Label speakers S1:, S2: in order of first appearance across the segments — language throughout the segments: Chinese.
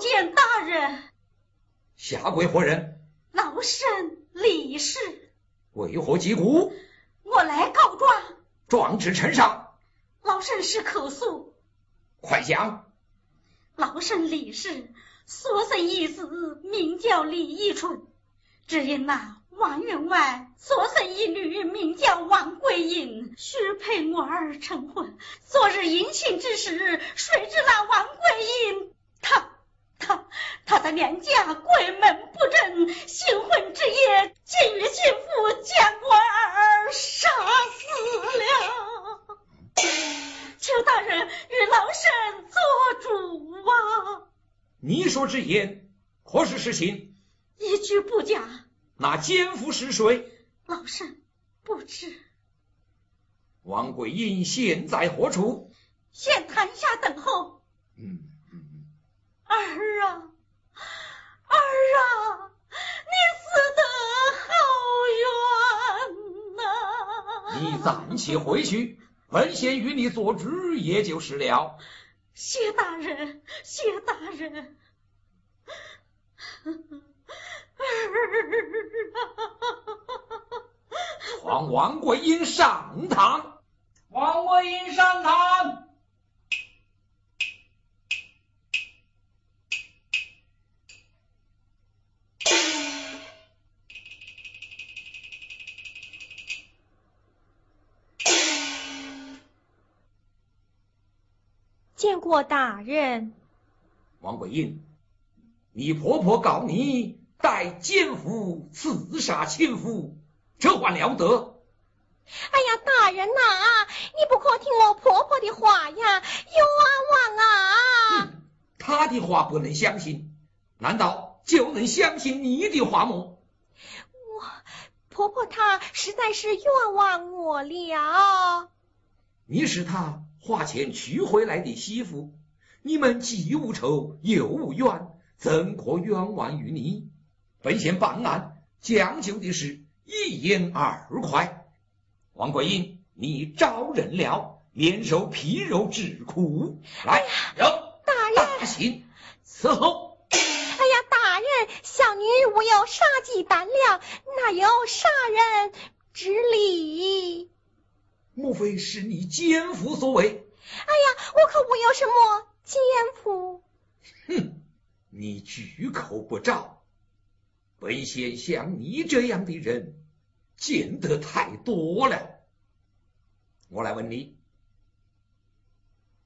S1: 见大人。
S2: 下跪何人？
S1: 老身李氏。
S2: 为何击鼓？
S1: 我来告状。
S2: 状至呈上。
S1: 老身是口诉。
S2: 快讲。
S1: 老身李氏，所生一子，名叫李义春。只因那王员外所生一女，名叫王桂英，许配我儿成婚。昨日迎亲之时，谁知那王桂英，她她她的娘家鬼门不正，新婚之夜，竟与亲夫将我儿杀死了。求大人与老身做主啊！
S2: 你说之言何时施行？
S1: 一句不假。
S2: 那奸夫是谁？
S1: 老身不知。
S2: 王桂英现在何处？
S1: 现坛下等候。
S2: 嗯嗯。
S1: 儿啊，儿啊，你死得好
S2: 冤呐、啊！你暂且回去，本县与你做主也就是了。
S1: 谢大人，谢大人。
S2: 传王桂英上堂，
S3: 王桂英上堂。
S4: 见过大人。
S2: 王桂英，你婆婆告你。待奸夫刺杀亲夫，这还了得！
S4: 哎呀，大人呐、啊，你不可听我婆婆的话呀，冤枉啊！
S2: 她、嗯、的话不能相信，难道就能相信你的话吗？
S4: 我婆婆她实在是冤枉我了。
S2: 你是她花钱娶回来的媳妇，你们既无仇又无怨，怎可冤枉于你？本县办案讲究的是一言二快。王桂英，你招认了，免受皮肉之苦。来，人、
S4: 哎、
S2: 大人刑伺候。
S4: 哎呀，大人，小女无有杀鸡胆量，哪有杀人之理？
S2: 莫非是你奸夫所为？哎
S4: 呀，我可无有什么奸夫。
S2: 哼，你绝口不照。本县像你这样的人见得太多了。我来问你，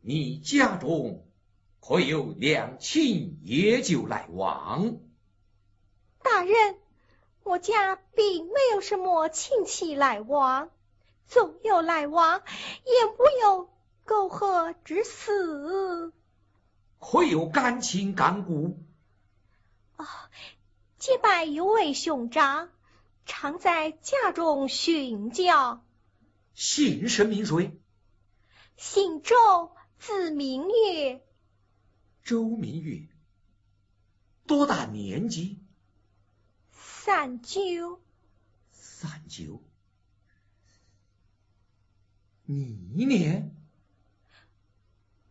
S2: 你家中可有两亲也就来往？
S4: 大人，我家并没有什么亲戚来往，总有来往，也无有苟合之死。
S2: 可有干亲干故？
S4: 啊、哦。结拜有位兄长，常在家中训教。
S2: 姓甚名谁？
S4: 姓周，字明月。
S2: 周明月，多大年纪？
S4: 三九。
S2: 三九。你呢？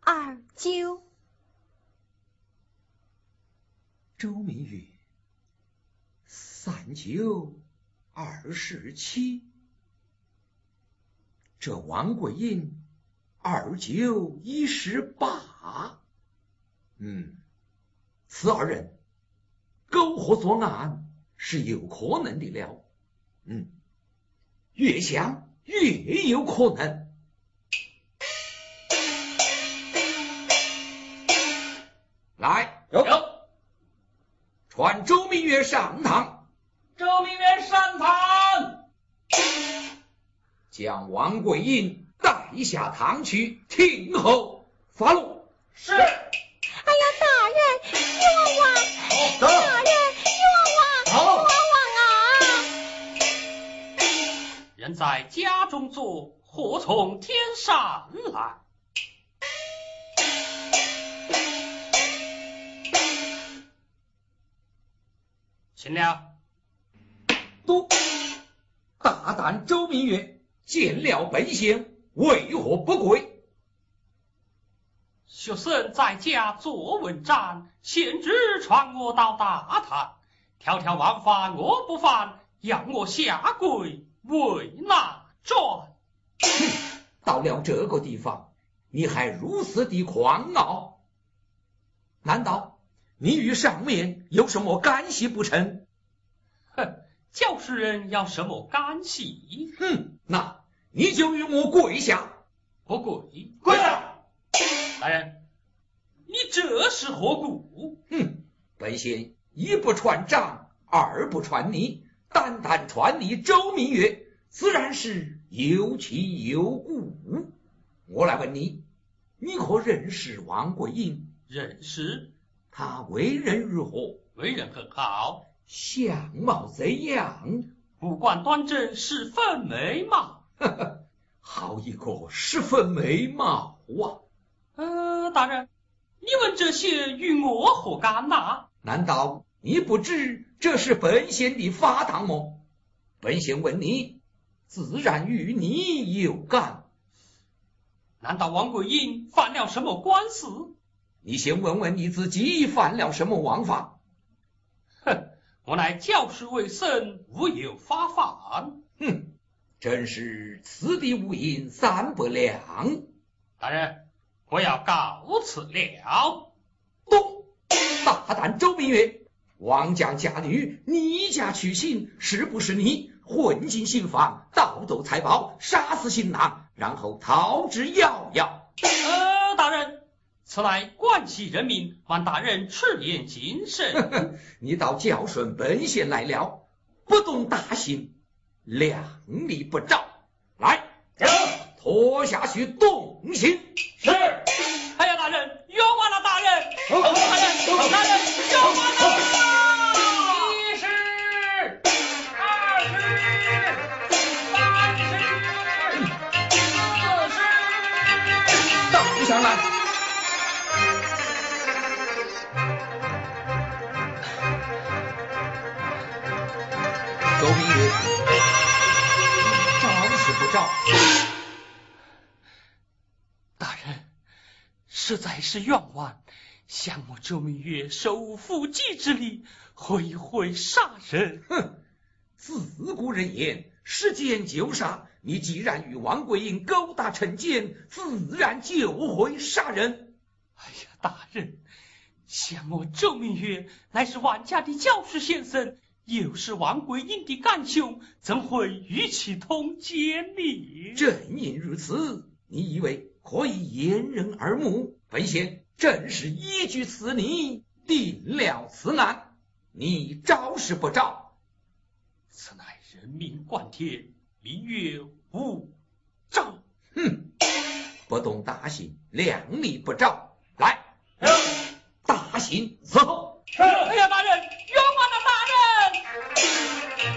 S4: 二九。
S2: 周明月。三九二十七，这王桂英二九一十八，嗯，此二人苟合作案是有可能的了，嗯，越想越有可能。来，
S3: 有
S2: 传周明月上堂。
S3: 周明元上堂，
S2: 将王桂英带下堂去听候发落。
S3: 是。
S4: 哎呀，大人冤枉！大人冤枉！冤枉啊！
S5: 人在家中坐，祸从天上来。请了。
S2: 都大胆周明月见了本县，为何不跪？
S5: 学生在家做文章，贤侄传我到大唐，条条王法我不犯，要我下跪为哪桩？
S2: 到了这个地方，你还如此的狂傲？难道你与上面有什么干系不成？
S5: 哼，教师人要什么干系？
S2: 哼，那你就与我跪下！
S5: 不跪！
S3: 跪下！
S5: 大人，你这是何故？
S2: 哼，本仙一不传杖，二不传你，单单传你周明月，自然是有其有故。我来问你，你可认识王贵英？
S5: 认识，
S2: 他为人如何？
S5: 为人很好，
S2: 相貌怎样？
S5: 五官端正，十分美貌。
S2: 呵呵，好一个十分美貌啊！
S5: 呃，大人，你问这些与我何干呐、
S2: 难道你不知这是本仙的法堂么？本仙问你，自然与你有干。
S5: 难道王桂英犯了什么官司？
S2: 你先问问你自己犯了什么王法？
S5: 哼，我乃教师为生，无有发犯。
S2: 哼，真是此地无银三百两。
S5: 大人，我要告辞了。
S2: 咚！大胆周明月，王家嫁女，你家娶亲，是不是你混进新房，盗走财宝，杀死新郎，然后逃之夭夭？
S5: 呃，大人，此乃关系人民，望大人赤眼谨慎。
S2: 你倒教顺本县来了，不动大刑，两礼不照。来，
S3: 停，
S2: 拖下去动刑。
S3: 是，
S5: 哎呀，大人，冤枉了大人！
S3: 好
S5: 大人，大人，冤枉了！啊
S3: 一师，二师，三师，四师。
S2: 倒下来。周明宇，招是不招？
S5: 大人，实在是冤枉，想我周明月手无缚鸡之力，挥挥杀人。
S2: 哼，自古人言，世间九杀。你既然与王桂英勾搭成奸，自然就会杀人。
S5: 哎呀，大人，想我周明月乃是王家的教师先生，又是王桂英的干兄，怎会与其通奸呢？
S2: 正因如此，你以为可以掩人耳目？本仙正是依据此理定了此案，你招是不招？
S5: 此乃人命关天，明月无照。
S2: 哼，不懂大刑，两礼不招。来，
S3: 停，
S2: 大刑伺候。
S3: 是，
S5: 哎呀，大人，冤枉了大人！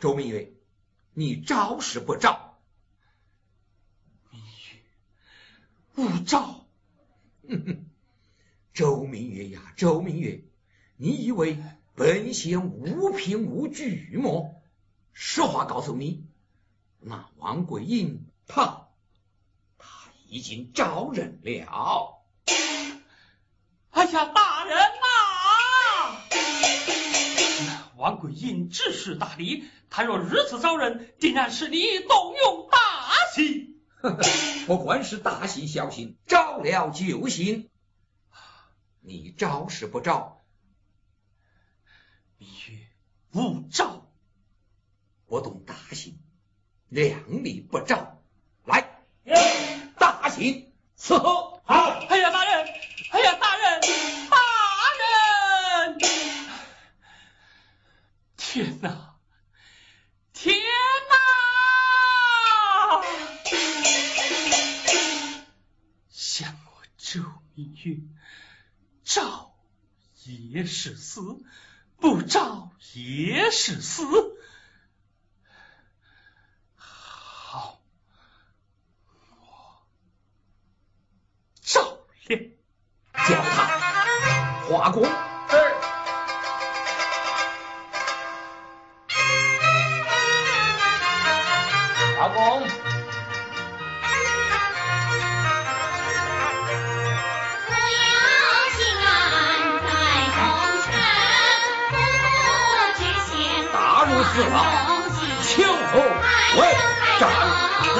S2: 周明月，你招是不招？
S5: 无照。
S2: 哼哼，周明月呀，周明月，你以为本仙无凭无据么？实话告诉你，那王桂英她她已经招认了。
S5: 哎呀，大人呐、那王桂英治世大礼，他若如此招人，定然是你动用大刑。
S2: 不管是大刑小刑，招了就刑。你招是不招？
S5: 明月无照，
S2: 不懂大刑，两礼不招。来，
S3: 停，
S2: 大刑伺候。
S3: 好，
S5: 哎呀，大人，哎呀，大人，大人！天哪，天哪！想我周明月，照也是死，不照也是死。好，
S2: 华公。
S5: 是。Tá
S3: 阿公，
S6: 不要心安在红尘，不知闲
S2: 打入
S6: 话
S2: 自老
S6: 中
S2: 秋后
S6: 秋
S2: 为
S6: 为
S2: 长
S6: 长。